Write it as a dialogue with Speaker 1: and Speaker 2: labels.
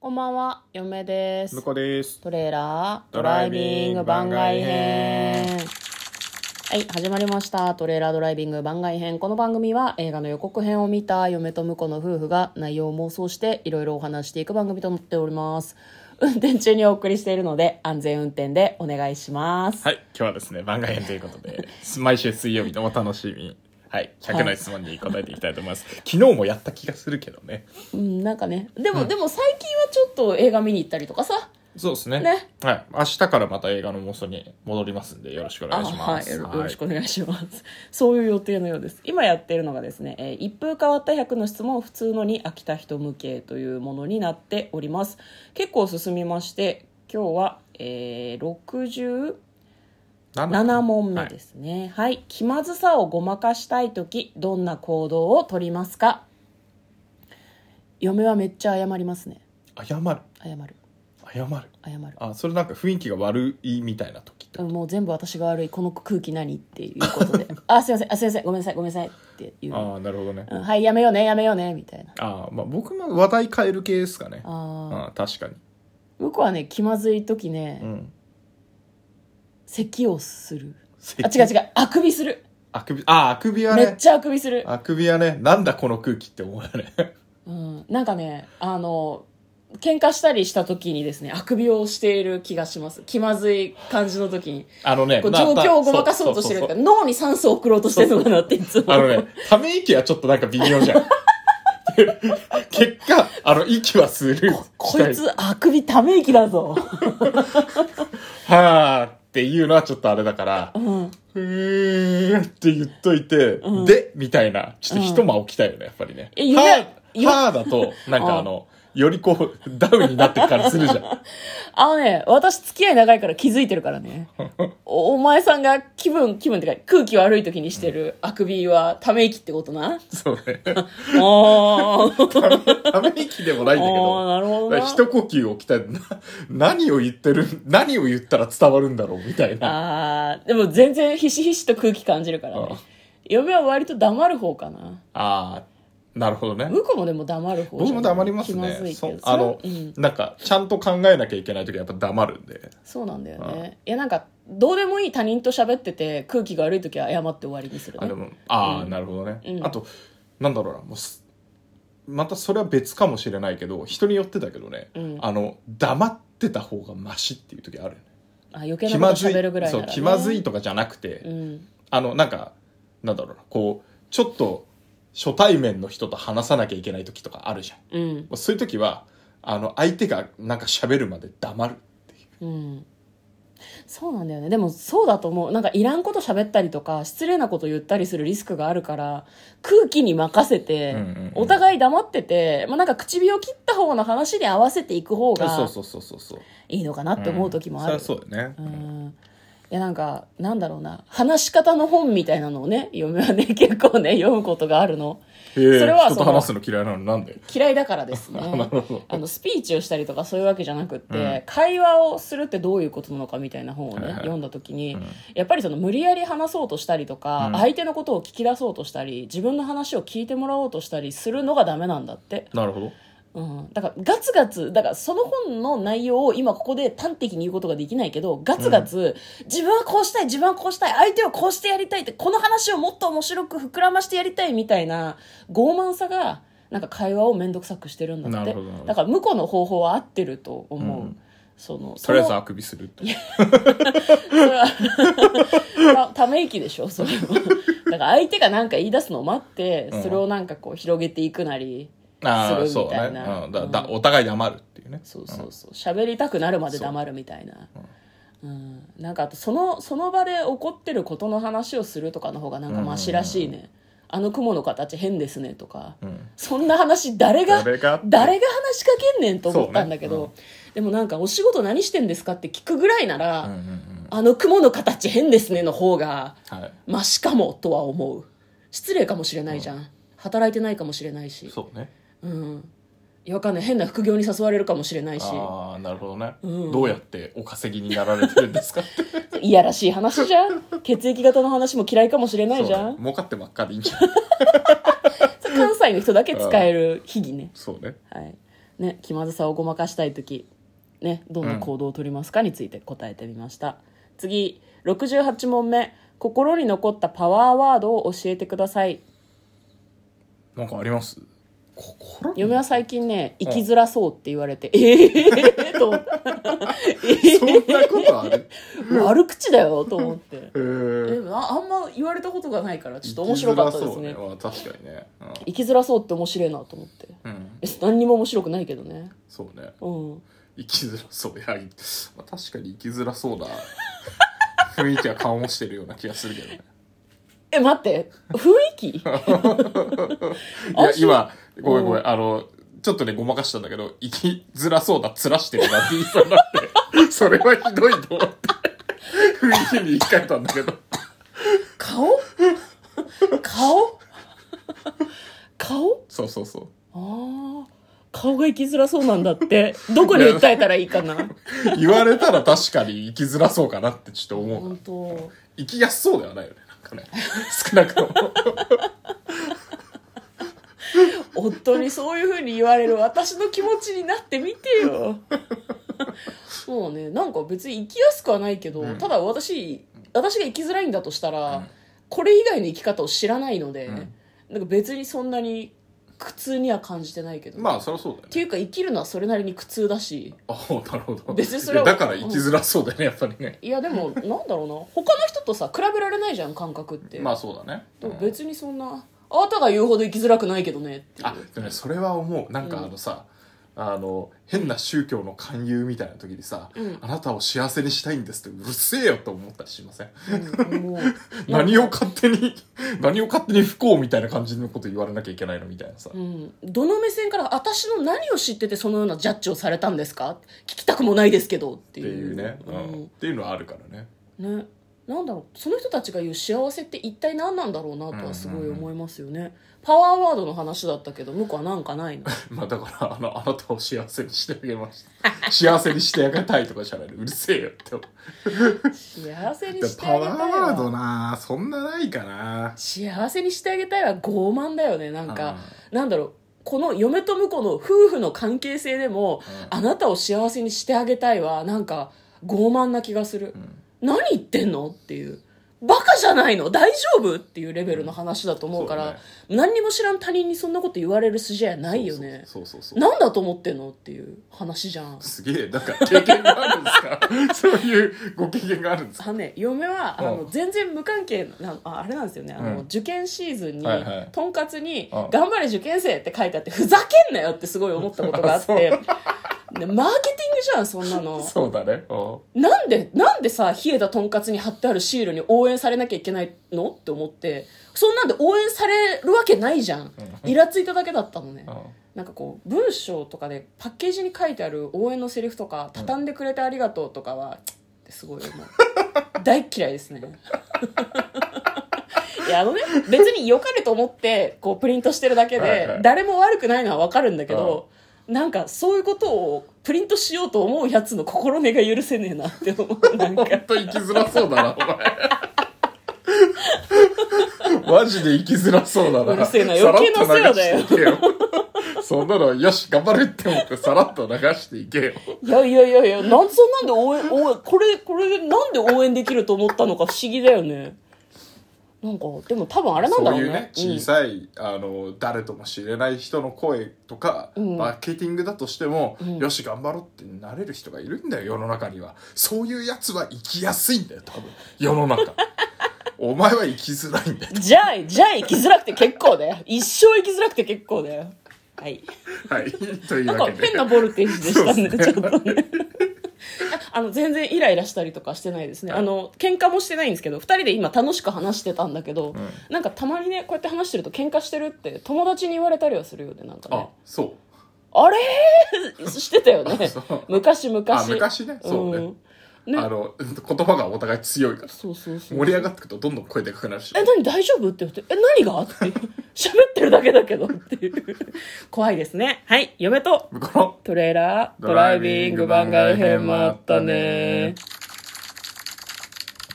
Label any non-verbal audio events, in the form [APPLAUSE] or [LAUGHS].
Speaker 1: こんばんは、嫁です
Speaker 2: 向。こうです。
Speaker 1: トレーラード
Speaker 2: ド
Speaker 1: ラ
Speaker 2: ラ
Speaker 1: イ
Speaker 2: イ
Speaker 1: ビ
Speaker 2: ビ
Speaker 1: ン
Speaker 2: ン
Speaker 1: グ
Speaker 2: グ
Speaker 1: 番
Speaker 2: 番
Speaker 1: 外
Speaker 2: 外
Speaker 1: 編
Speaker 2: 編。
Speaker 1: はい、始まりました。トレーラードライビング番外編。この番組は映画の予告編を見た嫁と婿の夫婦が内容を妄想していろいろお話していく番組となっております。運転中にお送りしているので安全運転でお願いします。
Speaker 2: はい、今日はですね、番外編ということで、 [LAUGHS] 毎週水曜日のお楽しみ。はい、100の質問に答えていきたいと思います。昨日もやった気がするけどね。
Speaker 1: うん、なんかね。でも、でも最近はちょっと映画見に行ったりとかさ。
Speaker 2: そうですね。
Speaker 1: ね
Speaker 2: はい、明日からまた映画の妄想に戻りますんで、よろしくお願いし
Speaker 1: あは
Speaker 2: ま
Speaker 1: い、
Speaker 2: す。
Speaker 1: よろよろしくお願いします、 [LAUGHS] そういう予定のようです今やってるのがですね、えー一風変わった100の質問普通のに飽きた人向けというものになっております結構進みまして今日は、えー、60
Speaker 2: はい。
Speaker 1: 7問目ですすねはい、気まずさをごまかしたい時どんな行動をとりますか嫁はめっちゃ謝りますね
Speaker 2: はい謝る。
Speaker 1: 謝る
Speaker 2: 謝る。
Speaker 1: 謝る
Speaker 2: あ、それなんか雰囲気が悪いみたいな時って。
Speaker 1: もう全部私が悪いこの空気何っていうこと
Speaker 2: [LAUGHS]
Speaker 1: で「あすいませんあすいませんごめんなさいごめんなさい」っていう
Speaker 2: ああ、なるほどね。
Speaker 1: うんはい、やめようね、やめようね、みたいな。
Speaker 2: ああ、まあ僕も話題変える系ですかね。
Speaker 1: ああ、
Speaker 2: あ確かに。
Speaker 1: 僕はね、気まずい時ね、
Speaker 2: うん。
Speaker 1: 咳をする。あ、違う違
Speaker 2: う。
Speaker 1: う、あくびする。
Speaker 2: あくび、ああ、あくびは
Speaker 1: めっ
Speaker 2: ね。
Speaker 1: ちゃあくびする。
Speaker 2: あくびはね、なんだこの空気って思うよね。
Speaker 1: うん、なんかね、あの、喧嘩したりした時にですね、あくびをしている気がします。気まずい感じの時に。
Speaker 2: あのね、
Speaker 1: こう
Speaker 2: まあ
Speaker 1: 状
Speaker 2: まあ
Speaker 1: 況をごまかそうとしてる
Speaker 2: そ
Speaker 1: か
Speaker 2: うそう
Speaker 1: 脳に酸素を送ろうとしてるのかなっていつ
Speaker 2: そう
Speaker 1: も。
Speaker 2: あのね、 [LAUGHS] ため息はちょっとなんか微妙じゃん。 [LAUGHS] 結果、あの、息はする。
Speaker 1: こいつ、あくびため息だぞ。
Speaker 2: はーっていうのはちょっとあれだから、
Speaker 1: うん。
Speaker 2: うーんって言っといて、
Speaker 1: うん
Speaker 2: で、みたいな、ちょっと一間置きたいよね、やっぱりね。
Speaker 1: え夢
Speaker 2: はー、
Speaker 1: 夢
Speaker 2: はーだと、なんかあの、よりこう、ダウンになってく感じするじゃ
Speaker 1: [LAUGHS]
Speaker 2: ん。
Speaker 1: あのね、私付き合い長いから気づいてるからね。
Speaker 2: [LAUGHS]
Speaker 1: おお前さんが気分、気分ってか空気悪い時にしてるあくびはため息ってこと
Speaker 2: [LAUGHS]
Speaker 1: な。
Speaker 2: そうね。
Speaker 1: おー。
Speaker 2: ため息でもないんだけ
Speaker 1: お
Speaker 2: ど
Speaker 1: ー、。なるほどな。
Speaker 2: 一呼吸置きたいな何を言ってる何を言ったら伝わるんだろうみたいな
Speaker 1: あー、でも全然ひしひしと空気感じるから
Speaker 2: う
Speaker 1: ね
Speaker 2: ん。
Speaker 1: 嫁は割と黙る方かな。
Speaker 2: あーなるほどね
Speaker 1: 向こうもでも黙る方じゃん
Speaker 2: 僕も黙ります
Speaker 1: 気まず
Speaker 2: ね
Speaker 1: いけ
Speaker 2: そ
Speaker 1: ど。
Speaker 2: うあの、
Speaker 1: うん。
Speaker 2: なんかちゃんと考えなきゃいけない時はやっぱ黙るんで
Speaker 1: そうなんだよね。いやなんか、どうでもいい他人と喋ってて空気が悪い時は謝って終わりにする
Speaker 2: あで
Speaker 1: ね。
Speaker 2: もああ、
Speaker 1: うん
Speaker 2: なるほどね、
Speaker 1: うん
Speaker 2: あとなんだろうなもうすまたそれは別かもしれないけど人によってだけどね、
Speaker 1: うん
Speaker 2: あの黙ってた方がマシっていう時あるよね
Speaker 1: あ余計なこと喋るぐらいな
Speaker 2: そう
Speaker 1: らね
Speaker 2: 気まずい。とかじゃなくて、
Speaker 1: うん。
Speaker 2: あの、なんか、なんだろうな、こう、ちょっと初対面の人と話さなきゃいけない時とかあるじゃん。も
Speaker 1: うん。
Speaker 2: うそういう時は、あの、相手がなんか喋るまで黙るっていう。
Speaker 1: うん、そうなんだよねでもそうだと思うなんかいらんこと喋ったりとか失礼なこと言ったりするリスクがあるから空気に任せて、
Speaker 2: うんうんうん
Speaker 1: お互い黙ってて、まあ、なんか唇を切った方の話に合わせていく方
Speaker 2: そう
Speaker 1: が
Speaker 2: そうそうそうそう。
Speaker 1: いいのかなって思う時もある、
Speaker 2: んそりゃそうだよね。
Speaker 1: うんいやなんかなんだろうな話し方の本みたいなのをね読むはね [LAUGHS] 結構ね読むことがあるの
Speaker 2: へえ
Speaker 1: それは
Speaker 2: 人と
Speaker 1: その
Speaker 2: 話すの嫌いなのなんで
Speaker 1: 嫌いだからです
Speaker 2: [LAUGHS]
Speaker 1: ね
Speaker 2: なるほど
Speaker 1: あのスピーチをしたりとかそういうわけじゃなくって、
Speaker 2: うん
Speaker 1: 会話をするってどういうことなのかみたいな本をね、
Speaker 2: はいはい
Speaker 1: 読んだ時に、
Speaker 2: うん
Speaker 1: やっぱりその無理やり話そうとしたりとか、
Speaker 2: うん
Speaker 1: 相手のことを聞き出そうとしたり自分の話を聞いてもらおうとしたりするのがダメなんだって、
Speaker 2: なるほど。
Speaker 1: うん、だからガツガツだからその本の内容を今ここで端的に言うことができないけどガツガツ、自分はこうしたい自分はこうしたい相手はこうしてやりたいってこの話をもっと面白く膨らましてやりたいみたいな傲慢さがなんか会話を面倒くさくしてるんだっ
Speaker 2: な
Speaker 1: て
Speaker 2: るほどなるほど
Speaker 1: だから向こうの方法は合ってると思う、
Speaker 2: うん
Speaker 1: その
Speaker 2: とりあえず
Speaker 1: その
Speaker 2: あくびするって。
Speaker 1: た [LAUGHS] ため息でしょそれはだから相手が何か言い出すのを待って
Speaker 2: うん
Speaker 1: それをなんかこう広げていくなり、
Speaker 2: ああ、
Speaker 1: する
Speaker 2: そ
Speaker 1: み
Speaker 2: う
Speaker 1: た
Speaker 2: ね。
Speaker 1: いな
Speaker 2: うんだだ
Speaker 1: うん
Speaker 2: お互い黙るっていうね。
Speaker 1: そうそうそう喋りたくなるまで黙るみたいな
Speaker 2: そう
Speaker 1: うん、なんかあとそのその場で起こってることの話をするとかの方がなんかマシらしいね、あの雲の形変ですねとか、
Speaker 2: うん。
Speaker 1: そんな話誰が
Speaker 2: 誰が
Speaker 1: 誰が話しかけんねんと思ったんだけど、
Speaker 2: そうね
Speaker 1: でもなんかお仕事何してんですかって聞くぐらいなら、
Speaker 2: うんうんうん。
Speaker 1: あの雲の形変ですねの方が
Speaker 2: はい。
Speaker 1: マシかもとは思う失礼かもしれないじゃん、働いてないかもしれないし
Speaker 2: そうね。
Speaker 1: うんいやわかんない変な副業に誘われるかもしれないし
Speaker 2: ああ、なるほどね。
Speaker 1: うん
Speaker 2: どうやってお稼ぎになられてるんですかって。
Speaker 1: いやらしい話じ [LAUGHS] ゃん血液型の話も嫌いかもしれ [LAUGHS] ないじゃ
Speaker 2: そうね
Speaker 1: ん、
Speaker 2: 儲かってば
Speaker 1: [LAUGHS]
Speaker 2: っかでいいんじゃない
Speaker 1: それ関西の人だけ使える秘技ね
Speaker 2: そうね。
Speaker 1: はいね、気まずさをごまかしたい時、ね、どんな行動を取りますかについて答えてみました、次68問目心に残ったパワーワードを教えてください
Speaker 2: なんかあります心
Speaker 1: 嫁は最近ね生きづらそうって言われて、ええー、と思って
Speaker 2: そんなことある
Speaker 1: 悪口だよと思って
Speaker 2: え
Speaker 1: [LAUGHS]
Speaker 2: ー
Speaker 1: でもああんま言われたことがないからちょっと面白かったですね
Speaker 2: 生きづらそうねまあ確かにね。
Speaker 1: 生きづらそうって面白いなと思って
Speaker 2: うん。うん、
Speaker 1: 別に何にも面白くないけどね
Speaker 2: そうね。
Speaker 1: うん
Speaker 2: 生きづらそう。いや、いまあ、確かに生きづらそうな
Speaker 1: [LAUGHS]
Speaker 2: 雰囲気は緩和してるような気がするけどね。
Speaker 1: え待って雰囲気
Speaker 2: いや
Speaker 1: あ、
Speaker 2: 今、ごめんごめ。
Speaker 1: うん
Speaker 2: あの、ちょっとね、ごまかしたんだけど、生きづらそうだ、つらしてるなって言いそうになって、 [LAUGHS] それはひどいと思って、雰囲気に言い換えたんだけど。
Speaker 1: 顔顔顔
Speaker 2: そうそうそう。
Speaker 1: ああ顔が生きづらそうなんだってどこに訴えたらいいかな
Speaker 2: 言われたら確かに生きづらそうかなってちょっと思うな
Speaker 1: 本。当
Speaker 2: 生きやすそうではないよね。なん
Speaker 1: [LAUGHS]
Speaker 2: かね、少なくとも。
Speaker 1: 夫にそういうふうに言われる私の気持ちになってみてよもうねなんか別に生きやすくはないけど、
Speaker 2: うん
Speaker 1: ただ私私が生きづらいんだとしたら、
Speaker 2: うん
Speaker 1: これ以外の生き方を知らないので、
Speaker 2: うん
Speaker 1: なんか別にそんなに苦痛には感じてないけど、
Speaker 2: まあ、そりゃそうだよね
Speaker 1: っ。ていうか生きるのはそれなりに苦痛だし
Speaker 2: ああなるほど
Speaker 1: 別にそれはい
Speaker 2: やだから生きづらそうだよねやっぱりね
Speaker 1: いやで
Speaker 2: [LAUGHS]
Speaker 1: もなんだろうな他の人とさ比べられないじゃん感覚って、
Speaker 2: まあそうだね
Speaker 1: でも
Speaker 2: うん
Speaker 1: 別にそんなあなたが言うほど生きづらくないけどねっていう
Speaker 2: あでもねそれは思うなんかあのさ、あの変な宗教の勧誘みたいな時にさ、
Speaker 1: うん
Speaker 2: あなたを幸せにしたいんですってうるせえよと思ったりしません
Speaker 1: うんもう
Speaker 2: 何を勝手に何を勝手に不幸みたいな感じのこと言われなきゃいけないのみたいなさ、
Speaker 1: うん、どの目線から私の何を知っててそのようなジャッジをされたんですか聞きたくもないですけどって
Speaker 2: って
Speaker 1: い
Speaker 2: いううね、うんっていうのはあるからね
Speaker 1: うんねなんだろうその人たちが言う幸せって一体何なんだろうなとはすごい思いますよね、パワーワードの話だったけど向こうはなんかないの
Speaker 2: まあだからあのあなたを幸せにしてあげました幸せにしてあげたいとかじゃないのうるせえよって思う
Speaker 1: 幸せに
Speaker 2: でも
Speaker 1: して
Speaker 2: パ
Speaker 1: あげ
Speaker 2: ワ
Speaker 1: たい
Speaker 2: ーワード
Speaker 1: わ
Speaker 2: なそんなないかな
Speaker 1: 幸せにしてあげたいは傲慢だよねなんかなんだろうこの嫁と婿の夫婦の関係性でも、
Speaker 2: うん
Speaker 1: あなたを幸せにしてあげたいはなんか傲慢な気がする、
Speaker 2: ん
Speaker 1: 何言ってんのっていうバカじゃないの大丈夫っていうレベルの話だと思うから、
Speaker 2: そうだね
Speaker 1: 何にも知らん他人にそんなこと言われる筋合いないよね
Speaker 2: そうそうそうそう
Speaker 1: なんだと思ってんのっていう話じゃん
Speaker 2: すげえなんか経験があるんですかそういうご経験があるんですか
Speaker 1: あのね、嫁はあ
Speaker 2: う
Speaker 1: の
Speaker 2: ん
Speaker 1: 全然無関係なああれなんですよねあの、
Speaker 2: うん
Speaker 1: 受験シーズンに、
Speaker 2: はいはい
Speaker 1: とんかつに
Speaker 2: う
Speaker 1: 「
Speaker 2: ん
Speaker 1: 頑張れ受験生」って書いてあってふざけんなよってすごい思ったことがあってねマーケティングじゃんそんな
Speaker 2: [LAUGHS]
Speaker 1: の
Speaker 2: そうだねうん
Speaker 1: なんでなんでさ冷えたとんかつに貼ってあるシールに応援されなきゃいけないのって思ってそんなんで応援されるわけないじゃんイラついただけだったのね
Speaker 2: うん
Speaker 1: なんかこう文章とかでパッケージに書いてある応援のセリフとか「畳んでくれてありがとう」とかは、つってすごい思
Speaker 2: [LAUGHS]
Speaker 1: う大っ嫌いですねいやあのね別に良かれと思ってこうプリントしてるだけ
Speaker 2: はいは
Speaker 1: で
Speaker 2: い
Speaker 1: 誰も悪くないのは分かるんだけど、なんかそういうことをプリントしようと思うやつの心根が許せねえなって思うなんか
Speaker 2: ほんと生きづらそうだな
Speaker 1: [LAUGHS]
Speaker 2: お前マジで生きづらそうだな
Speaker 1: うるせえな余計な世話だよ
Speaker 2: さらっと流していけよそんなのよし頑張れって思ってさらっと流していけよ
Speaker 1: いやいやいやいやなんそんなんで応援応援これこれでなんで応援できると思ったのか不思議だよねなんかでも多分あれなんだ
Speaker 2: そう
Speaker 1: ろ
Speaker 2: いううね
Speaker 1: ね
Speaker 2: 小さい、あの誰とも知れない人の声とか、
Speaker 1: うん
Speaker 2: マーケティングだとしても、
Speaker 1: ん
Speaker 2: よし頑張ろうってなれる人がいるんだよ世の中にはそういうやつは生きやすいんだよ多分世の中 [LAUGHS] お前は生きづらいんだよ
Speaker 1: うんじゃあじゃあ生きづらくて結構だよ一生生きづらくて結構だよはい
Speaker 2: はい [LAUGHS] とい
Speaker 1: なん
Speaker 2: う
Speaker 1: か
Speaker 2: わけで
Speaker 1: 変なボルテージでしたね
Speaker 2: そうです
Speaker 1: ちょっとねあの全然イライラしたりとかしてないですねあの喧嘩もしてないんですけど2人で今楽しく話してたんだけど、なんかたまにねこうやって話してると喧嘩してるって友達に言われたりはするよねなんかね
Speaker 2: あそう
Speaker 1: あれ [LAUGHS] してたよね
Speaker 2: そう。
Speaker 1: 昔昔。
Speaker 2: あ昔ねそうね,、
Speaker 1: うんね
Speaker 2: あの言葉がお互い強いから
Speaker 1: そうそうそう。
Speaker 2: 盛り上がってくとどんどん声でかくなるし
Speaker 1: え、何大丈夫って言って、え、何がって。 [LAUGHS] 喋ってるだけだけどっていう。怖いですね。はい、嫁と
Speaker 2: 向こうの
Speaker 1: トレーラー、ド
Speaker 2: ド
Speaker 1: ラ
Speaker 2: ラ
Speaker 1: イ
Speaker 2: イ
Speaker 1: ビ
Speaker 2: ビ
Speaker 1: ン
Speaker 2: ン
Speaker 1: グ
Speaker 2: グ
Speaker 1: 番
Speaker 2: 番
Speaker 1: 外
Speaker 2: 外
Speaker 1: 編も
Speaker 2: 編も
Speaker 1: あ
Speaker 2: あ
Speaker 1: っ
Speaker 2: ったた
Speaker 1: ね
Speaker 2: ね。